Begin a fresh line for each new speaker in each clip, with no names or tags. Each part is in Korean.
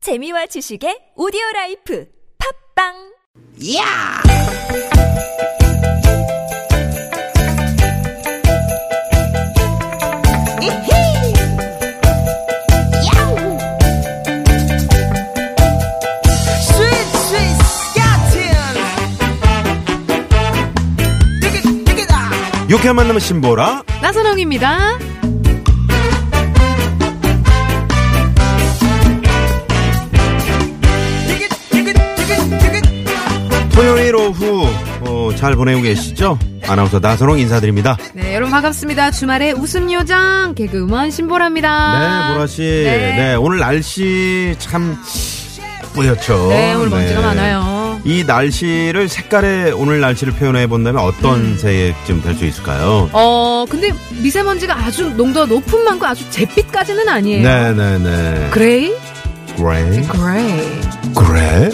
재미와 지식의 오디오 라이프 팝빵!
야! 이히! 야우! 스윗 스윗 스캇틴! 띠깃 띠깃아!
유쾌한 만남 신보라
나선홍입니다.
띠깃 띠깃 띠깃 띠깃!
토요일 오후 어, 잘 보내고 계시죠? 아나운서 나선홍 인사드립니다. 네,
네, 여러분 반갑습니다. 주말에 웃음 요정 개그우먼 신보라입니다.
보라 씨. 네.
아, 네.
오늘 날씨 참 뿌옇죠.
네, 오늘 먼지가 많아요.
이 날씨를 색깔에 오늘 날씨를 표현해 본다면 어떤
음.
색쯤 될 수 있을까요?
어, 근데 미세먼지가 아주 농도가 높은 만큼 아주 잿빛까지는 아니에요.
네, 네, 네.
예. 그레이?
그레이.
그레이.
그레이.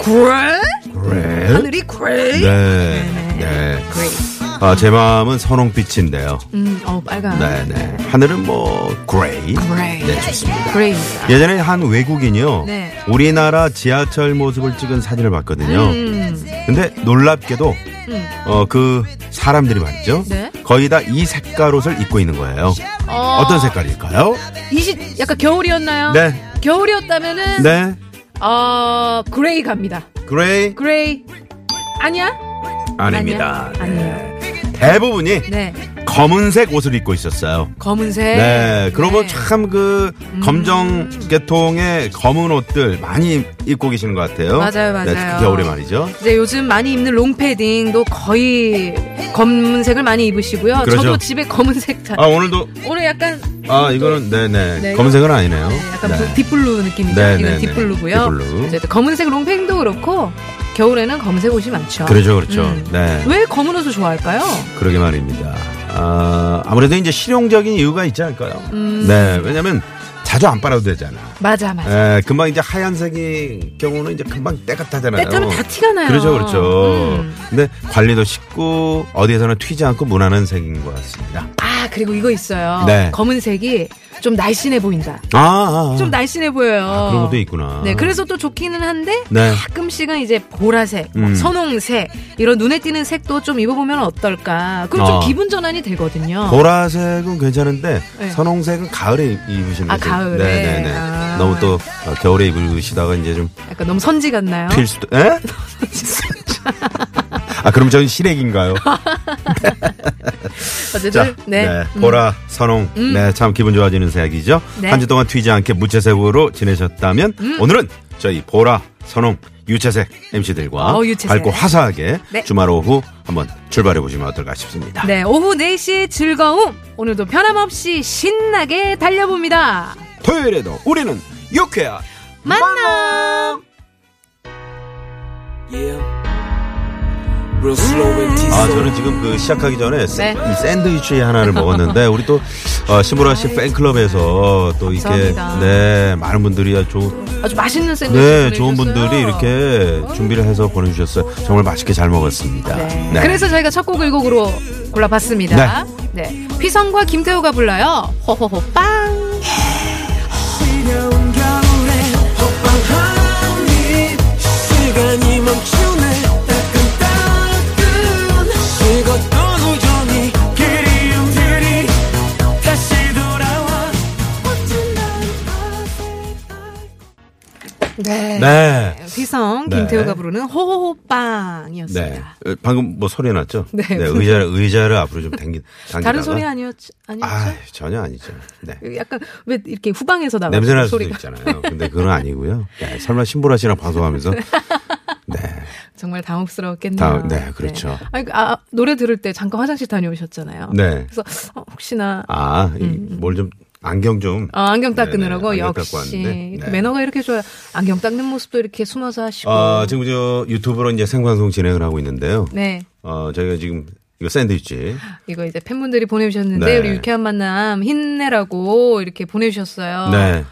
그레이?
그레이.
하늘이 그레이?
네.
네,
네.
그레이.
아, 제 마음은 선홍빛인데요.
음, 어, 빨간.
네, 네. 하늘은 뭐 그레이.
그레이.
네, 좋습니다.
그레이입니다.
예전에 한 외국인이요.
네.
우리나라 지하철 모습을 찍은 사진을 봤거든요.
음,
근데 놀랍게도
음.
어, 그 사람들이 많죠.
네.
거의 다 이 색깔 옷을 입고 있는 거예요.
어,
어... 떤 색깔일까요?
20, 약간 겨울이었나요?
네.
겨울이었다면은,
네.
어, 그레이 갑니다.
그레이
그레이. 아니야?
아닙니다.
아니야? 아니에요.
대부분이
네.
검은색 옷을 입고 있었어요.
검은색.
네. 그러고
네. 음.
참 그 검정 계통의 검은 옷들 많이 입고 계시는 것 같아요.
맞아요, 맞아요.
네, 특히 겨울에 말이죠.
이제 요즘 많이 입는 롱패딩도 거의 검은색을 많이 입으시고요.
그러죠.
저도 집에 검은색 잘.
아, 오늘도
오늘 약간
아, 이거는 네네
네,
검은색은 아니네요.
네, 약간
네.
딥블루 느낌이죠.
네, 네,
이건
네.
딥블루고요.
딥블루.
이제 또 검은색 롱패딩도 그렇고 겨울에는 검은색 옷이 많죠.
그렇죠, 그렇죠.
음.
네,
왜 검은 옷을 좋아할까요?
그러게 말입니다. 아, 아무래도 이제 실용적인 이유가 있지 않을까요?
음.
네, 왜냐면 자주 안 빨아도 되잖아.
맞아, 맞아.
에, 금방 이제 하얀색의 경우는 이제 금방 때가 타잖아요.
네, 때타면 다 티가 나요.
네, 그렇죠, 그렇죠.
음.
근데 관리도 쉽고 어디에서나 튀지 않고 무난한 색인 것 같습니다.
아 그리고 이거 있어요.
네.
검은색이 좀 날씬해 보인다.
아, 아, 아.
좀 날씬해 보여요.
그런 것도 있구나.
네, 그래서 또 좋기는 한데
아. 네.
가끔씩은 이제 보라색, 뭐
음.
선홍색 이런 눈에 띄는 색도 좀 입어보면 어떨까. 그럼
어.
좀 기분 전환이 되거든요.
보라색은 괜찮은데
어. 네.
선홍색은 가을에 입으시는 거죠.
아, 가을에.
네네네.
아.
너무 또 어, 겨울에 입으시다가 이제 좀
약간 너무 선지 같나요?
필 수도. 에? 아 그럼 저는 시래기인가요?
어쨌든 아, 네. 음.
보라, 선홍,
음.
네, 참 기분 좋아지는 색이죠.
네. 음.
한 주 동안 튀지 않게 무채색으로 지내셨다면 오늘은 저희 보라, 선홍, 유채색 MC들과
어, 유채색.
밝고 화사하게
네.
주말 오후 한번 출발해 보시면 어떨까 싶습니다.
네, 오후 4시의 즐거움 오늘도 변함없이 신나게 달려봅니다.
토요일에도 우리는 유쾌한
만남.
Real slow and teasing.
아, 저는 지금 그 시작하기 전에 샌-
네.
이 샌드위치 하나를 먹었는데 우리 또 어, 신보라 씨 팬클럽에서 또 이렇게
아, 네. 감사합니다.
네 많은 분들이 좋은
아주 맛있는 샌드위치
네 좋은
보내주셨어요.
분들이 이렇게 준비를 해서 보내주셨어요. 정말 맛있게 잘 먹었습니다.
네. 그래서 저희가 첫 곡을 곡으로 골라봤습니다. 네. 휘성과 김태우가 불러요. 호호호 빵.
이겨운 겨울에 호빵하니 시간이 멈추네 따끈따끈 식었던 우정이 그리움들이 다시 돌아와 어쩐 날 아슬아슬
네.
네.
휘성
네.
김태우가 부르는 호호호빵이었습니다.
네. 어, 방금 뭐 소리 났죠?
네.
의자를, 의자를 앞으로 좀 당기, 당기다가.
다른 소리 아니었지 아니었죠?
아, 전혀 아니죠. 네.
약간 왜 이렇게 후방에서 나가
냄새 날 수도
소리가
있잖아요. 근데 그건 아니고요. 네, 설마 신보라 씨랑 방송하면서. 네.
정말 당혹스러웠겠네요.
당- 네, 그렇죠.
아니, 아, 노래 들을 때 잠깐 화장실 다녀오셨잖아요.
네.
그래서 어, 혹시나
아, 뭘 좀, 안경 좀.
음, 어, 안경 닦으느라고
네네, 안경 닦고
역시
왔는데. 네.
매너가 이렇게 좋아요. 안경 닦는 모습도 이렇게 숨어서 하시고.
어, 지금 저 유튜브로 이제 생방송 진행을 하고 있는데요.
네.
어, 저희가 지금 이거 샌드위치.
이거 이제 팬분들이 보내주셨는데
네.
우리 유쾌한 만남 힘내라고 이렇게 보내주셨어요.
네.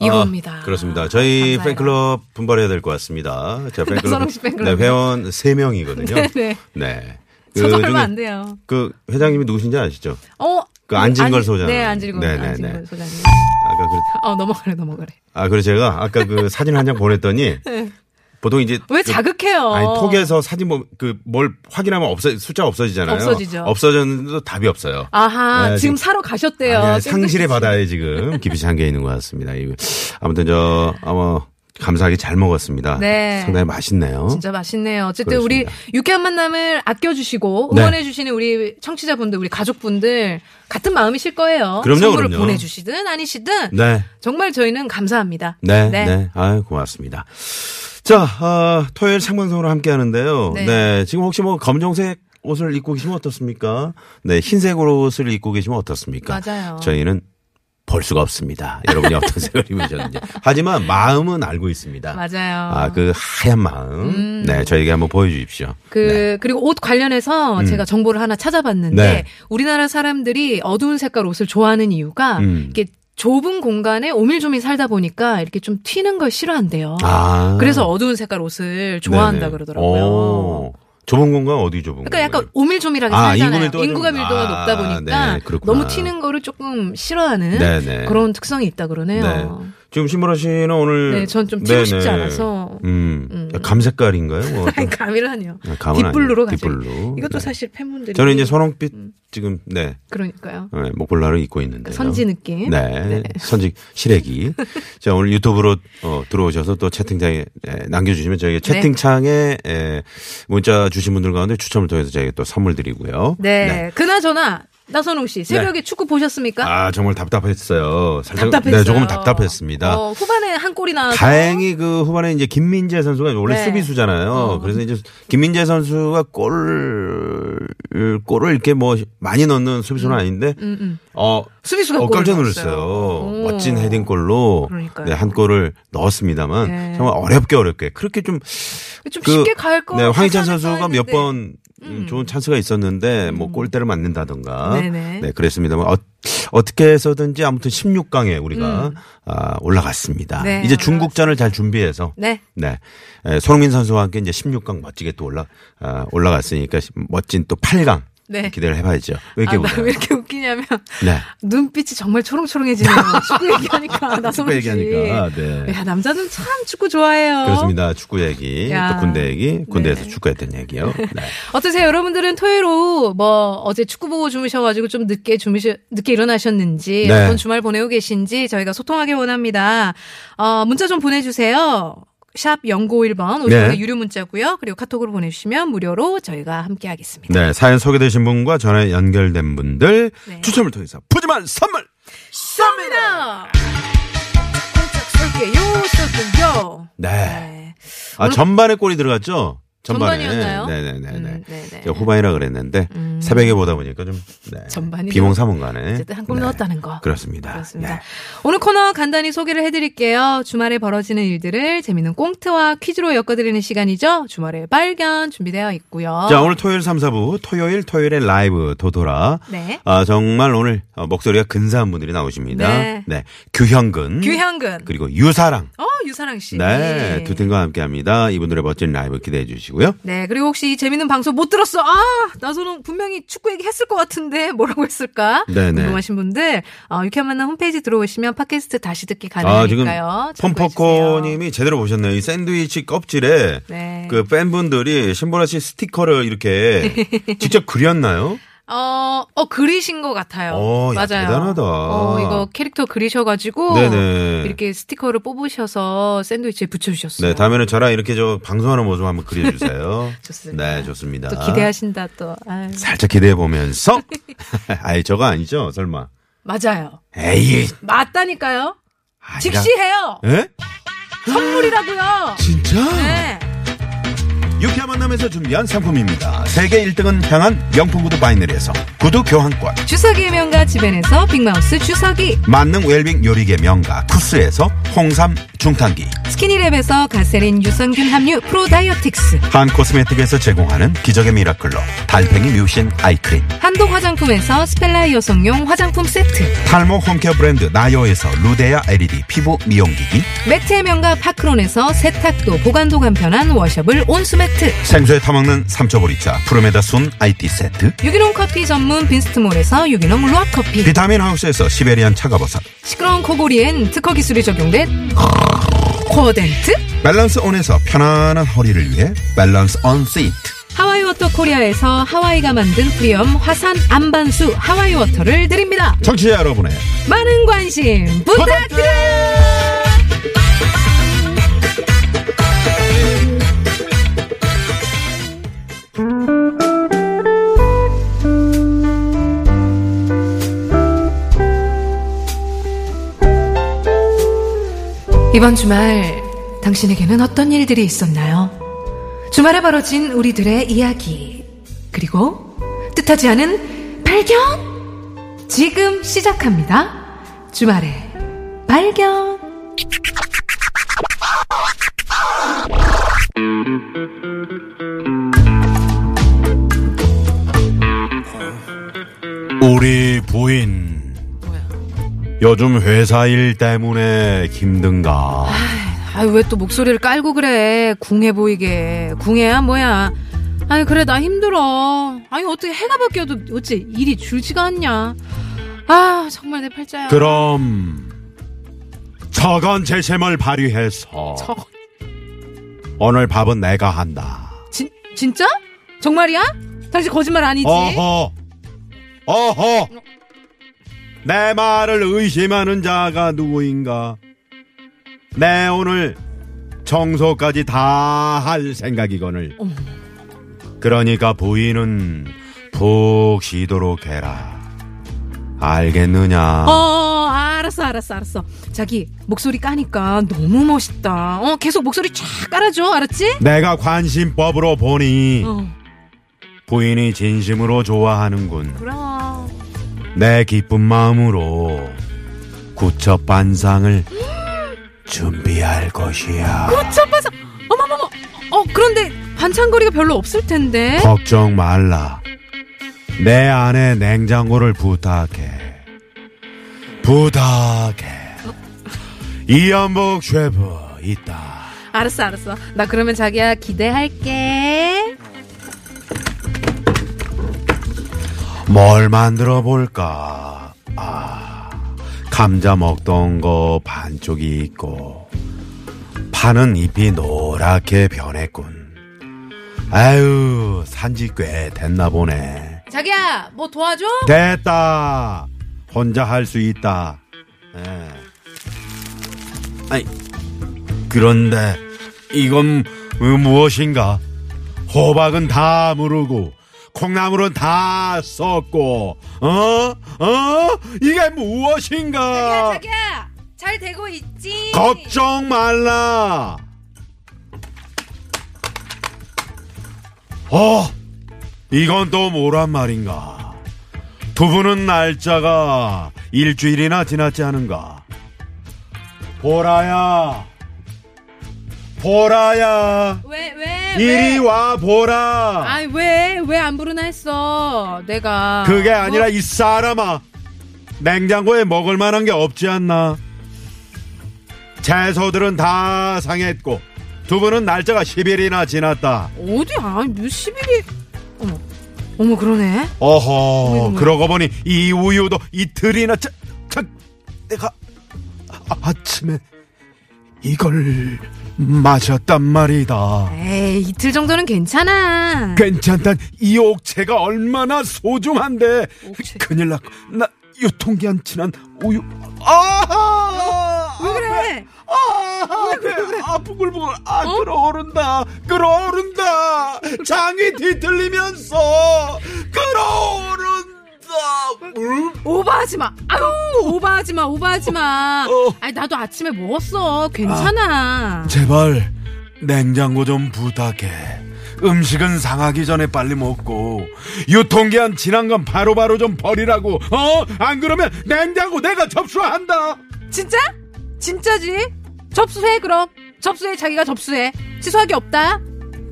이겁니다.
아, 그렇습니다. 저희
감사해요.
팬클럽 분발해야 될 것 같습니다. 제가 팬클럽,
나선홍 씨 팬클럽.
네, 회원 3명이거든요.
네네.
네.
저도
중에
얼마 안 돼요.
그 회장님이 누구신지 아시죠?
어,
그 안진걸
안지-
소장.
네, 안진걸,
네네네.
안진걸 소장님.
아까 아까 그,
어, 넘어가래, 넘어가래.
아, 그래 제가 아까 그 사진 한 장 보냈더니 보통 이제
네. 왜
그-
자극해요?
아니 톡에서 사진 뭐그뭘 확인하면 없어 숫자 없어지잖아요.
없어지죠.
없어졌는데도 답이 없어요.
아하,
네,
지금
지금-
사러 가셨대요.
아니야, 예,
땡땡씨.
상실의 바다에 지금 깊이 잠겨 있는 것 같습니다. 이거. 아무튼 저 아마 감사하게 잘 먹었습니다.
네.
상당히 맛있네요.
진짜 맛있네요. 어쨌든
그렇습니다.
우리 유쾌한 만남을 아껴주시고
네.
응원해주시는 우리 청취자분들, 우리 가족분들 같은 마음이실 거예요.
그럼요,
선물을
그럼요.
보내주시든 아니시든
네.
정말 저희는 감사합니다.
네, 네, 아유, 고맙습니다. 자, 아, 토요일 생방송으로 함께 하는데요.
네.
네. 지금 혹시 뭐 검정색 옷을 입고 계시면 어떻습니까? 네, 흰색 옷을 입고 계시면 어떻습니까?
맞아요.
저희는 볼 수가 없습니다. 여러분이 어떤 색을 입으셨는지. 하지만 마음은 알고 있습니다.
맞아요.
아, 그 하얀 마음. 네, 저에게 한번 보여주십시오. 네. 음.
그 그리고 옷 관련해서 제가 정보를 하나 찾아봤는데
네.
우리나라 사람들이 어두운 색깔 옷을 좋아하는 이유가
음.
이게 좁은 공간에 오밀조밀 살다 보니까 이렇게 좀 튀는 걸 싫어한대요.
아.
그래서 어두운 색깔 옷을 좋아한다
네네.
그러더라고요.
오. 좁은 공간 어디 좁은
그러니까 약간
공간?
오밀조밀하게
아,
살잖아요.
인구밀도가
인구가
좀-
밀도가
아,
높다 보니까
네, 그렇구나.
너무 튀는 거를 조금 싫어하는
네네.
그런 특성이 있다 그러네요.
네. 지금 신보라 씨는 오늘
네, 전좀 튀고 싶지 않아서.
그, 음, 감 색깔인가요? 뭐 어떤-
아니, 감이라니요.
네, 감은 아니에요.
딥블루로 가죠.
딥블루. 네.
이것도 사실 팬분들이
저는 이제 선홍빛 지금 네,
그러니까요.
네, 목볼라를 입고 있는데
그 선지 느낌.
네, 선지 시래기. 자 오늘 유튜브로 어, 들어오셔서 또 채팅창에 에, 남겨주시면
네.
저희가 채팅창에 에, 문자 주신 분들 가운데 추첨을 통해서 저희가 또 선물 드리고요.
네. 그나저나 나선홍 씨 새벽에 축구 보셨습니까?
네. 아 정말 답답했어요. 살짝
답답했어요.
네, 조금 답답했습니다.
어, 후반에 한 골이 나와서
다행히 그 후반에 이제 김민재 선수가 원래
네.
수비수잖아요. 그래서 이제 김민재 선수가 골 골을 이렇게 뭐 많이 넣는 수비수는 아닌데 어
음. 수비수가
어,
골을
깜짝
넣었어요.
놀랐어요.
오.
멋진 헤딩골로
그러니까요.
네, 한 골을 넣었습니다만
네.
정말 어렵게 어렵게 그렇게 좀
좀
그,
쉽게 갈 거.
네, 황희찬
하지 않을까
선수가
했는데.
몇 번 음, 좋은 찬스가 있었는데 뭐 골대를 맞는다던가
음. 네네.
네, 그랬습니다만 어, 어떻게 해서든지 아무튼 16강에 우리가 아, 올라갔습니다.
음. 네,
이제 중국전을 잘 준비해서
네.
네. 에, 손흥민 선수와 함께 이제 16강 멋지게 또 올라 아, 올라갔으니까 시- 멋진 또 8강
네.
기대를 해봐야죠. 왜 이렇게
아, 나왜
웃어요?
이렇게 웃기냐면
네.
눈빛이 정말 초롱초롱해지네요. 축구 얘기하니까 나선홍 씨.
얘기하니까, 네.
야 남자는 참 축구 좋아해요.
그렇습니다. 축구 얘기,
야.
또 군대 얘기, 군대에서
네.
축구했던 얘기요. 네.
어떠세요? 여러분들은 토요일 오후 뭐 어제 축구 보고 주무셔가지고 좀 늦게 주무셔 늦게 일어나셨는지
네.
어떤 주말 보내고 계신지 저희가 소통하기 원합니다. 어, 문자 좀 보내주세요. 샵 0951번 50원의
네.
유료 문자고요. 그리고 카톡으로 보내주시면 무료로 저희가 함께하겠습니다.
네, 사연 소개되신 분과 전화 연결된 분들
네.
추첨을 통해서 푸짐한 선물.
쏩니다. 깜짝 설게 요 쏘고요.
네.
네.
아 전반에 골이 들어갔죠? 전반에.
전반이었나요?
네네네네.
음, 네네. 음.
제가 후반이라 그랬는데 새벽에 보다 보니까 좀 네.
전반이
비몽사몽간에 네.
어쨌든 한 골 넣었다는 거.
그렇습니다.
그렇습니다.
네.
오늘 코너 간단히 소개를 해드릴게요. 주말에 벌어지는 일들을 재밌는 꽁트와 퀴즈로 엮어드리는 시간이죠. 주말에 발견 준비되어 있고요.
자, 오늘 토요일 3, 4부, 토요일, 토요일에 라이브 도돌아.
네.
아, 정말 오늘 어, 목소리가 근사한 분들이 나오십니다.
네.
규현근.
규현근.
그리고 유사랑.
어, 유사랑 씨.
네. 두 팀과 함께 합니다. 이분들의 멋진 라이브 기대해 주시고요.
네, 그리고 혹시 이 재밌는 방송 못 들었어. 아, 나서는 분명히 축구 얘기 했을 것 같은데 뭐라고 했을까?
네네.
궁금하신 분들, 어, 유쾌한 만남 홈페이지 들어오시면 팟캐스트 다시 듣기
아, 지금
가능하니까요. 참고해주세요.
펌퍼코 님이 제대로 보셨네요. 이 샌드위치 껍질에
네.
그 팬분들이 신보라 씨 스티커를 이렇게 직접 그렸나요?
어, 어, 그리신 것 같아요.
어, 야,
맞아요.
대단하다.
어, 이거 캐릭터 그리셔가지고.
네네.
이렇게 스티커를 뽑으셔서 샌드위치에 붙여주셨어요.
네, 다음에는 저랑 이렇게 저 방송하는 모습 한번 그려주세요.
그렇죠. 좋습니다.
네, 좋습니다.
또 기대하신다, 또. 아유,
살짝 기대해 보면서 아이 저거 아니죠 설마
맞아요.
에이
맞다니까요.
아니라-
직시해요.
에?
선물이라고요.
진짜
네.
유쾌한 만남에서 준비한 상품입니다 세계 1등은 향한 명품 구두 바이너리에서 구두 교환권
주사기의 명가 집엔에서 빅마우스 주사기.
만능 웰빙 요리계 명가 쿠스에서 홍삼 중탕기
스키니랩에서 가세린 유산균 함유 프로다이어틱스.
한 코스메틱에서 제공하는 기적의 미라클로 달팽이 뮤신 아이크림
한독 화장품에서 스펠라 여성용 화장품 세트.
탈모 홈케어 브랜드 나요에서 루데아 LED 피부 미용기기
매트의 명가 파크론에서 세탁도 보관도 간편한 워셔블 온수매트.
생수에 타먹는 삼초보리차 프로메다순 IT 세트
유기농 커피 전문 전문 빈스트몰에서 유기농 루아커피
비타민 하우스에서 시베리안 차가버섯
시끄러운 코골이엔 특허 기술이 적용된 코어덴트
밸런스 온에서 편안한 허리를 위해 밸런스 온 시트
하와이 워터 코리아에서 하와이가 만든 프리엄 화산 안반수 하와이 워터를 드립니다
청취자 여러분의
많은 관심 부탁드려요 이번 주말 당신에게는 어떤 일들이 있었나요? 주말에 벌어진 우리들의 이야기 그리고 뜻하지 않은 발견 지금 시작합니다. 주말에 발견
우리 부인 요즘 회사 일 때문에 힘든가
아유 왜 또 목소리를 깔고 그래 궁해 보이게 궁해야 뭐야 아니 그래 나 힘들어 아니 어떻게 해가 바뀌어도 어째 일이 줄지가 않냐 아 정말 내 팔자야
그럼 저건 재심을 발휘해서
저건.
오늘 밥은 내가 한다
진, 진짜? 정말이야? 당신 거짓말 아니지?
어허 어허 내 말을 의심하는 자가 누구인가 내 오늘 청소까지 다 할 생각이거늘 그러니까 부인은 푹 쉬도록 해라 알겠느냐
어, 알았어, 알았어, 알았어. 자기, 목소리 까니까 너무 멋있다. 어, 계속 목소리 쫙 깔아줘. 알았지?
내가 관심법으로 보니
어,
부인이 진심으로 좋아하는군
그럼.
내 기쁜 마음으로 구처 반상을 준비할 것이야.
첫 번째, 어머머머. 어, 그런데 반찬거리가 별로 없을 텐데.
어. 걱정 말라. 내 아내 냉장고를 부탁해. 부탁해. 이연복 쉐프 있다.
알았어, 알았어. 나 그러면 자기야, 기대할게.
뭘 만들어 볼까? 아, 감자 먹던 거 반쪽이 있고, 파는 잎이 노랗게 변했군. 아유, 산지 꽤 됐나 보네.
자기야, 뭐 도와줘?
네. 됐다! 혼자 할 수 있다. 예. 아이, 그런데, 이건 무엇인가? 호박은 다 무르고, 콩나물은 다 썩고, 어? 어? 이게
자기야,
무엇인가?
자기야. 잘 되고 있지?
걱정 말라! 어! 이건 또 뭐란 말인가? 두부는 날짜가 일주일이나 지났지 않은가? 보라야! 보라야!
왜, 왜?
이리
왜?
와, 보라!
아이, 왜? 왜 안 부르나 했어. 내가.
그게
뭐?
아니라 이 사람아 냉장고에 먹을 만한 게 없지 않나 채소들은 다 상했고 두부는 날짜가 10일이나 지났다
어디야? 몇 시비리? 어머, 어머 그러네.
어허
어이구.
그러고 보니 이 우유도 이틀이나 자, 자, 내가 아- 아침에 이걸 마셨단
네.
말이다
에이 이틀 정도는 괜찮아.
음. 그- 괜찮단 이 옥체가 얼마나 소중한데
옥체.
큰일 났고 나 유통기한 지난 우유 아!
왜 그래?
아, 아, 부글부글, 아,
어?
끓어오른다, 끓어오른다, 장이 뒤틀리면서, 끓어오른다, 음?
오버하지 마. 아유 오버하지 마. 오버하지 마.
어.
아니 나도 아침에 먹었어. 괜찮아.
제발, 냉장고 좀 부탁해. 음식은 상하기 전에 빨리 먹고, 유통기한 지난 건 바로바로 좀 버리라고, 어? 안 그러면 냉장고 내가 접수한다!
진짜? 진짜지? 접수해 그럼. 접수해 자기가 접수해. 취소하기 없다.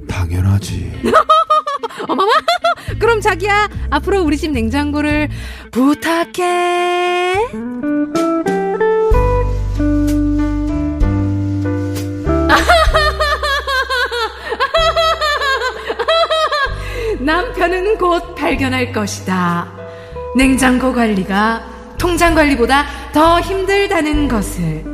당연하지.
어머머. 그럼 자기야 앞으로 우리 집 냉장고를 부탁해. 남편은 곧 발견할 것이다. 냉장고 관리가 통장 관리보다 더 힘들다는 것을.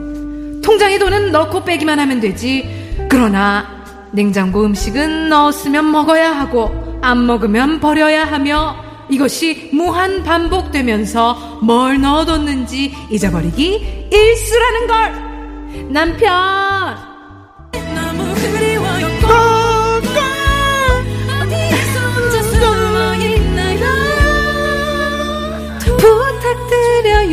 통장에 돈은 넣고 빼기만 하면 되지. 그러나 냉장고 음식은 넣었으면 먹어야 하고 안 먹으면 버려야 하며 이것이 무한 반복되면서 뭘 넣어뒀는지 잊어버리기 일수라는 걸. 남편
너무 그리워요 꼭 어디에서 혼자 숨어 있나요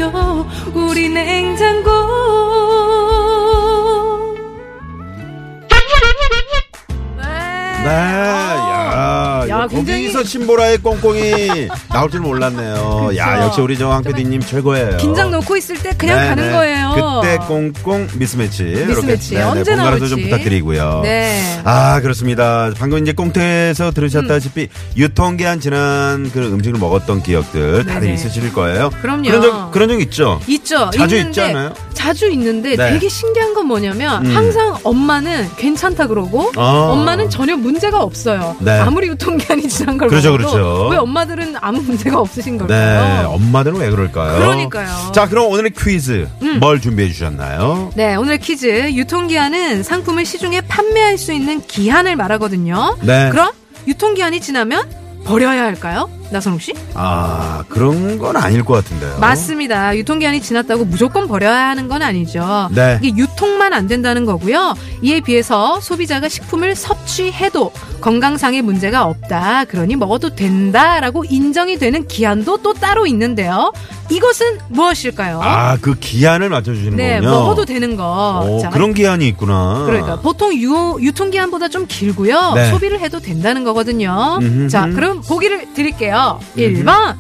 부탁드려요 우리 냉장고
네, 야,
어. 아, 야,
야
굉장히-
거기서 신보라의 꽁꽁이 나올 줄 몰랐네요. 야, 역시 우리 정황 PD님 최고예요.
긴장 놓고 있을 때 그냥
네,
가는
네.
거예요
그때 꽁꽁 미스매치.
미스매치.
이렇게. 네,
언제
번갈아서 좀
나올지.
부탁드리고요.
네.
아, 그렇습니다. 방금 이제 꽁태에서 들으셨다시피
음.
유통기한 지난 그 음식을 먹었던 기억들 다들
네네.
있으실 거예요.
그럼요.
그런 적, 그런 적 있죠?
있죠
자주
있는데,
있지 않아요?
자주 있는데
네.
되게 신기한 건 뭐냐면
음.
항상 엄마는 괜찮다 그러고
아.
엄마는 전혀 문제가 없어요
네.
아무리 유통기한이 지난 걸
그렇죠,
먹어도
그렇죠.
왜 엄마들은 아무 문제가 없으신
네.
걸까요?
엄마들은 왜 그럴까요?
그러니까요. 음.
자, 그럼 오늘의 퀴즈. 뭘 준비해 주셨나요?
네, 오늘 퀴즈. 유통기한은 상품을 시중에 판매할 수 있는 기한을 말하거든요.
네.
그럼 유통기한이 지나면 버려야 할까요? 나선홍 씨?
아, 그런 건 아닐 것 같은데요.
맞습니다. 유통기한이 지났다고 무조건 버려야 하는 건 아니죠.
네.
이게 유통만 안 된다는 거고요. 이에 비해서 소비자가 식품을 섭취해도 건강상의 문제가 없다. 그러니 먹어도 된다라고 인정이 되는 기한도 또 따로 있는데요. 이것은 무엇일까요?
아, 그 기한을 맞춰주시는
네,
거군요.
먹어도 되는 거.
오,
자,
그런 기한이 있구나.
그러니까 보통 유, 유통기한보다 좀 길고요.
네.
소비를 해도 된다는 거거든요.
음흠.
자, 그럼 보기를 드릴게요. 1번,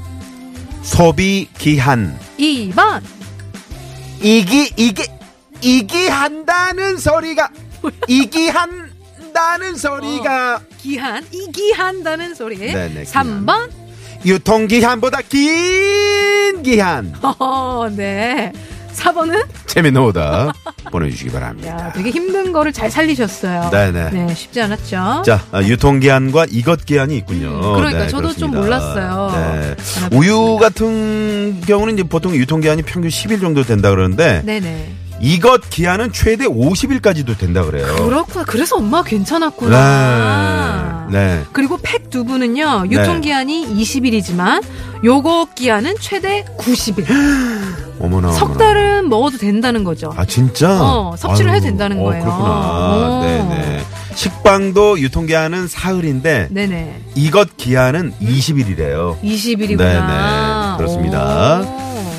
소비 기한.
2번.
이기 이기 이기한다는 소리가 이기한다는 소리가
기한, 이기한다는 소리.
네, 네, 기한.
3번.
유통 기한보다 긴 기한.
어, 네. 4번은
재밌는 오다 보내주시기
야,
바랍니다.
되게 힘든 거를 잘 살리셨어요.
네, 네.
쉽지 않았죠.
자, 아, 유통기한과 이것기한이 있군요.
그러니까 저도 좀 몰랐어요.
네.
알아봤습니다.
우유 같은 경우는 이제 보통 유통기한이 평균 10일 정도 된다 그러는데
네네.
이것기한은 최대 50일까지도 된다 그래요.
그렇구나. 그래서 엄마 괜찮았구나.
네. 네.
그리고 팩 두부는요
네.
유통기한이 20일이지만 요거 기한은 최대 90일
어머나.
석
어머나.
달은 먹어도 된다는 거죠
어. 아 진짜?
어, 섭취를
아유,
해도 된다는
어,
거예요.
그렇구나.
어.
네네. 식빵도 유통기한은 사흘인데
네네
이것 기한은 20일이래요.
20일이구나
네네, 그렇습니다.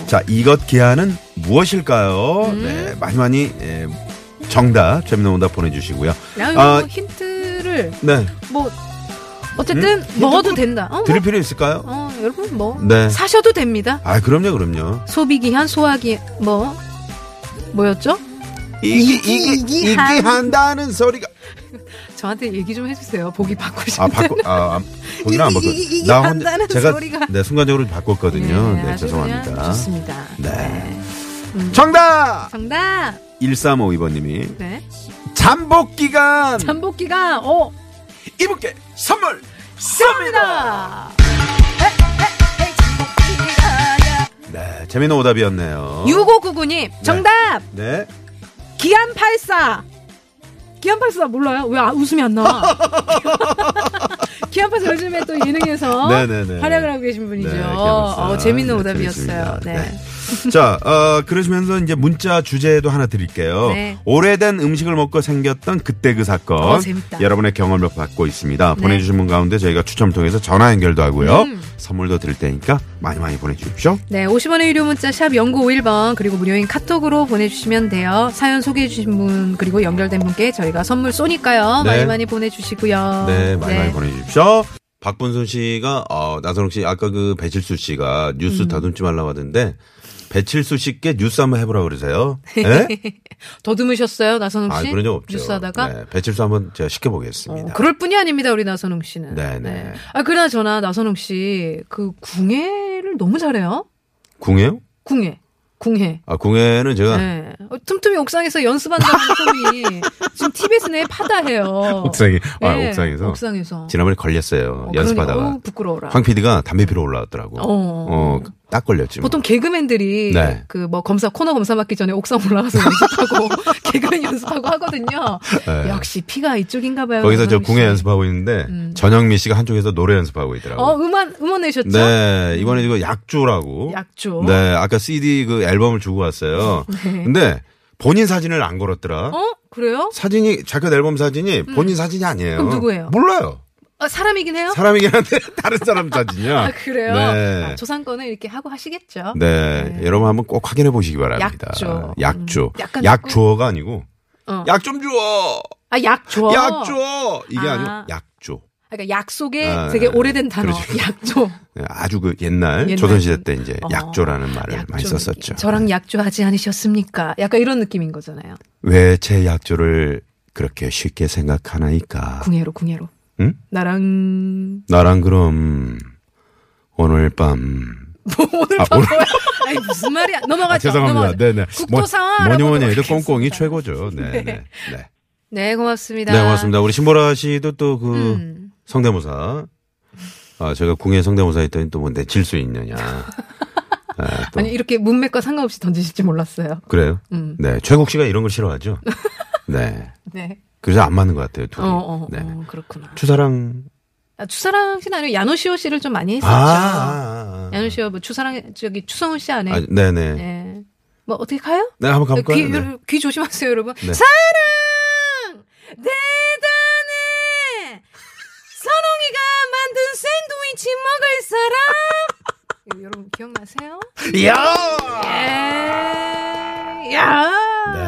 자, 이것 기한은 무엇일까요?
음.
네, 많이 많이 예, 정답 재밌는 오답 보내주시고요.
야, 이거
아,
힌트를
네,
뭐 어쨌든
힌트
먹어도
꼭
된다 어,
음? 뭐? 드릴 필요 있을까요?
뭐, 어, 여러분 뭐
네.
사셔도 됩니다
아, 그럼요, 그럼요.
소비기한 소화기한 뭐 뭐였죠?
이기 이기
이기한.
이기한다는 소리가.
저한테 얘기 좀 해주세요 보기
아
바꾸시면
바꾸 아 보기는 안 바꾸.
이기, 이기 한다는
제가
소리가.
네 순간적으로 바꿨거든요. 네,
아주 그냥
죄송합니다.
좋습니다
네. 정답!
정답
1352번님이
네
잠복기간
잠복기가 어
이분께 선물 어.
쏩니다.
네 재미있는 오답이었네요
6599님 정답
네
기안 84. 기안 84 몰라요? 왜 아- 웃음이 안 나와? 기안 84 요즘에 또 예능에서
네네네.
활약을 하고 계신 분이죠.
네,
어, 재밌는
네,
오답이었어요.
재밌습니다.
네.
네. 자, 어, 그러시면서 이제 문자 주제도 하나 드릴게요.
네.
오래된 음식을 먹고 생겼던 그때 그 사건.
어, 재밌다.
여러분의 경험을 받고 있습니다.
네. 음.
보내주신 분 가운데 저희가 추첨 통해서 전화 연결도 하고요. 선물도 드릴 테니까 많이 많이 보내주십시오.
네, 50원의 유료 문자 샵 0951번 그리고 무료인 카톡으로 보내주시면 돼요. 사연 소개해주신 분 그리고 연결된 분께 저희가 선물 쏘니까요.
네.
많이 많이 보내주시고요.
네, 많이 많이 보내주십시오. 박분순 씨가 어, 나선홍 씨 아까 그 배칠수 씨가 뉴스
음.
다듬지 말라고 하던데 배칠수 씨께 뉴스 한번 해보라 고 그러세요? 예?
더듬으셨어요, 나선홍
아
씨?
그런 적 없죠.
뉴스하다가
네, 배칠수 한번 제가 시켜보겠습니다.
어, 그럴 뿐이 아닙니다, 우리 나선홍 씨는.
네네.
아, 그러나 저나 나선홍 씨, 그 궁예를 너무 잘해요?
궁예요?
궁예. 궁해.
아, 궁예는 제가
네. 어, 틈틈이 옥상에서 연습한다는 소문이 지금 TBS 내 파다해요. 네.
옥상에 아, 옥상에서
옥상에서.
지난번에 걸렸어요.
어,
연습하다가
그러니- 어우, 부끄러워라.
황 PD가 담배 피러 올라왔더라고.
어.
어, 딱 걸렸지. 뭐.
보통 개그맨들이
네.
그 뭐 검사 코너 검사 받기 전에 옥상 올라가서 연습하고 개그맨 연습하고 하거든요.
네.
역시 피가 이쪽인가 봐요.
거기서 저
전영미 씨.
궁예 연습하고 있는데 전영미 씨가 한쪽에서 노래 연습하고 있더라고.
음. 어 음원 음원 내셨죠?
네, 이번에 이거 약조라고.
약조.
네, 아까 CD 그 앨범을 주고 왔어요.
그렇죠? 네.
근데 본인 사진을 안 걸었더라.
어 그래요?
사진이 자켓 앨범 사진이 본인 사진이 아니에요.
그럼 누구예요?
몰라요.
아, 사람이긴 해요.
사람이긴 한데 다른 사람 사진이야.
아 그래요?
네.
아, 조상권을 이렇게 하고 하시겠죠?
네.
네.
여러분 한번 꼭 확인해 보시기 바랍니다.
약조.
약조.
음, 약간
약 주어가 아니고
어.
약 좀 주어.
아 약조.
약 주어. 이게
아.
아. 니고 약조.
그러니까 약속의
아,
되게
네, 네.
오래된 단어
그렇죠.
약조.
네, 아주 그 옛날,
옛날.
조선시대 때 이제
어.
약조라는 말을 많이
약조
썼었죠. 네.
느낌. 저랑 약조하지 않으셨습니까? 약간 이런 느낌인 거잖아요.
왜 제 약조를 그렇게 쉽게 생각하나이까.
궁예로 궁예로.
응?
나랑
나랑 그럼 오늘 밤.
뭐 오늘
아,
밤
오늘-
뭐야? 아니 무슨 말이야? 넘어가죠.
아, 죄송합니다.
넘어가죠.
네네.
국토 상황
뭐니 뭐니
알아보도록
해도 꽁꽁이
하겠습니다.
최고죠. 네네. 네. 네.
네 고맙습니다.
네, 고맙습니다. 우리 신보라 씨도 또 그
음.
성대모사. 아, 제가 궁예 성대모사 했더니 또 뭐 내칠 수 있느냐. 아, 또
아니 이렇게 문맥과 상관없이 던지실 줄 몰랐어요.
그래요.
음.
네, 최국 씨가 이런 걸 싫어하죠. 네.
네.
그래서 안 맞는 것 같아요,
어,
둘이.
어, 어,
네.
그렇구나.
추사랑.
아, 추사랑 씨는 아니고 야노시오 씨를 좀 많이
아,
했었죠.
아, 아, 아.
야노시오 뭐 추사랑 저기 추성훈 씨 안에.
아, 네네. 네.
네. 뭐 어떻게 가요?
한번 가볼까요?
귀,
네.
귀 조심하세요, 여러분.
네.
사랑! 대단해! 선홍이가 만든 샌드위치 먹을 사람! 이거 여러분 기억나세요?
네. 이야!
예. 야!
네.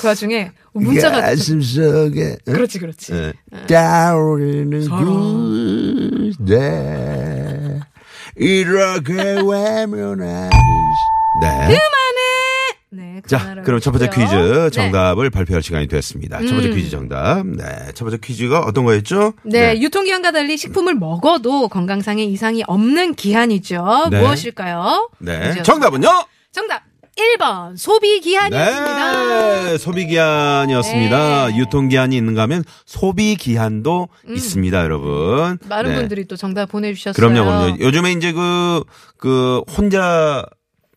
그 와중에 문자가
가슴 속에.
그렇지 그렇지.
예. 네. 떠오르는 그대. 이렇게 외면하고. 네.
네.
자,
그만하라고
그럼 첫 번째
했고요.
퀴즈
네.
정답을 발표할 시간이 됐습니다. 첫 번째
음.
퀴즈 정답. 네, 첫 번째 퀴즈가 어떤 거였죠?
네, 유통기한과 달리 식품을 먹어도 건강상의 이상이 없는 기한이죠.
네.
무엇일까요?
네,
문제였습니다.
정답은요?
정답 1번 소비 기한이었습니다.
네, 소비 기한이었습니다.
네. 음.
유통 기한이 있는가 하면 소비 기한도 있습니다, 여러분.
많은
네.
분들이 또 정답 보내주셨어요.
그럼요, 그럼요. 요즘에 이제 그, 그, 혼자,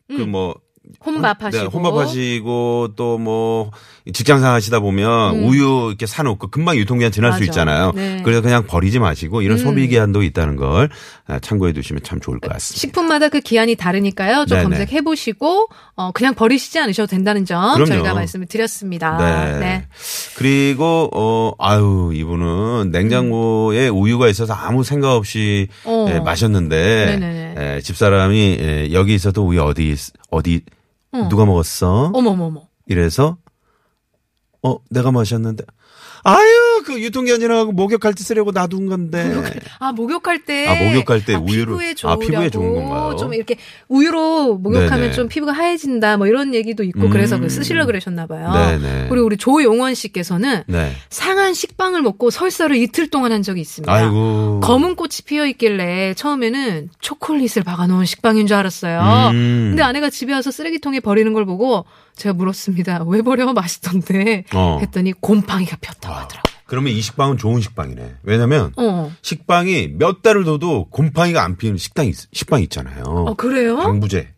그 뭐,
음. 혼밥하시고.
네, 혼밥하시고 또 뭐 직장사 하시다 보면 우유 이렇게 사놓고 금방 유통기한 지날
음. 맞아.
수 있잖아요.
네. 음.
그래서 그냥 버리지 마시고 이런 소비기한도 있다는 걸 아, 참고해 두시면 참 좋을 것 같습니다.
식품마다 그 기한이 다르니까요. 좀
네네.
검색해 보시고 어, 그냥 버리시지 않으셔도 된다는 점
그럼요.
저희가 말씀을 드렸습니다.
네. 그리고 어 아유 이분은 냉장고에 우유가 있어서 아무 생각 없이
음. 어.
예, 마셨는데
네네네.
예, 집사람이 예, 여기 있어도 우유 어디 있- 어디 누가 먹었어?
어머머머.
이래서 어 내가 마셨는데 아유 그 유통기한 지나고 목욕할 때 쓰려고 놔둔 건데
아 목욕할 때.
아, 목욕할 때 우유를-
피부에
아,
좋으라고.
피부에 좋은 건가요?
좀 이렇게 우유로 목욕하면
네네.
좀 피부가 하얘진다. 뭐 이런 얘기도 있고
음.
그래서 그 쓰시려 그러셨나 봐요.
네네.
그리고 우리 조용원 씨께서는
네
상한 식빵을 먹고 설사를 이틀 동안 한 적이 있습니다.
아이고
검은 꽃이 피어 있길래 처음에는 초콜릿을 박아놓은 식빵인 줄 알았어요.
음.
근데 아내가 집에 와서 쓰레기통에 버리는 걸 보고 제가 물었습니다. 왜 버려? 맛있던데.
어.
했더니 곰팡이가 피었다고
아,
하더라고요.
그러면 이 식빵은 좋은 식빵이네 왜냐면
어.
식빵이 몇 달을 둬도 곰팡이가 안 피는 식당이 있- 식빵이 있잖아요
어, 그래요?
방부제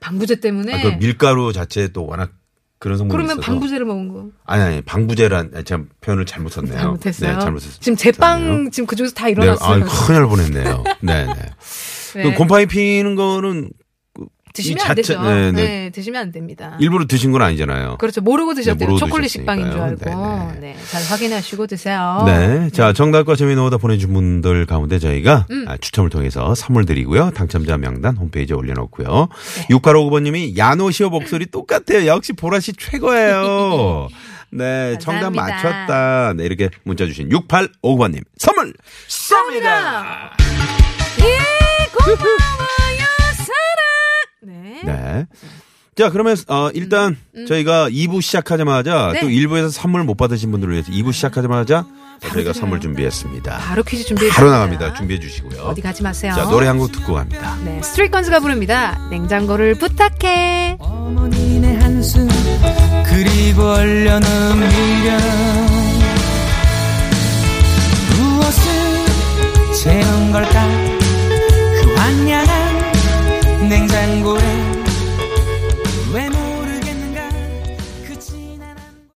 방부제 때문에.
아, 그 밀가루 자체에 또 워낙 그런 성분이
그러면
있어서
방부제를 먹은 거.
아니 아니 방부제란 아니, 제가 표현을 잘못 썼네요
잘못했어요.
네, 잘못했어요
지금 제빵 지금 그쪽에서 다
네,
일어났어요.
아, 큰일 날 뻔했네요. 네, 네.
네.
그 곰팡이 피는 거는
드시면
이
안
자체-
되죠.
네, 네.
네, 드시면 안 됩니다.
일부러 드신 건 아니잖아요.
그렇죠. 모르고 드셨대요.
모르고
초콜릿 식빵인 줄 알고.
드셨으니까요.
네,
네,
잘 확인하시고 드세요.
네. 자, 정답과 재미있는 오다 보내주신 분들 가운데 저희가
음.
아, 추첨을 통해서 선물 드리고요. 당첨자 명단 홈페이지에 올려놓고요.
네.
6859번님이 야노시오 목소리 똑같아요. 역시 보라씨 최고예요. 네. 정답
감사합니다.
맞췄다. 네. 이렇게 문자 주신 6859번님 선물
쏩니다. 예, 고마워요, 사랑. 네.
네. 자, 그러면, 어, 일단, 저희가 2부 시작하자마자,
음, 네.
또 1부에서 선물 못 받으신 분들을 위해서 2부 시작하자마자, 저희가 선물 준비했습니다.
바로 퀴즈 준비해
바로
주세요.
나갑니다. 준비해 주시고요.
어디 가지 마세요.
자, 노래 한 곡 듣고 갑니다.
네, 스트릿건즈가 부릅니다. 냉장고를 부탁해.
어머니네 한숨 그리고 얼려놓은 미련 무엇을 채운 걸까 그그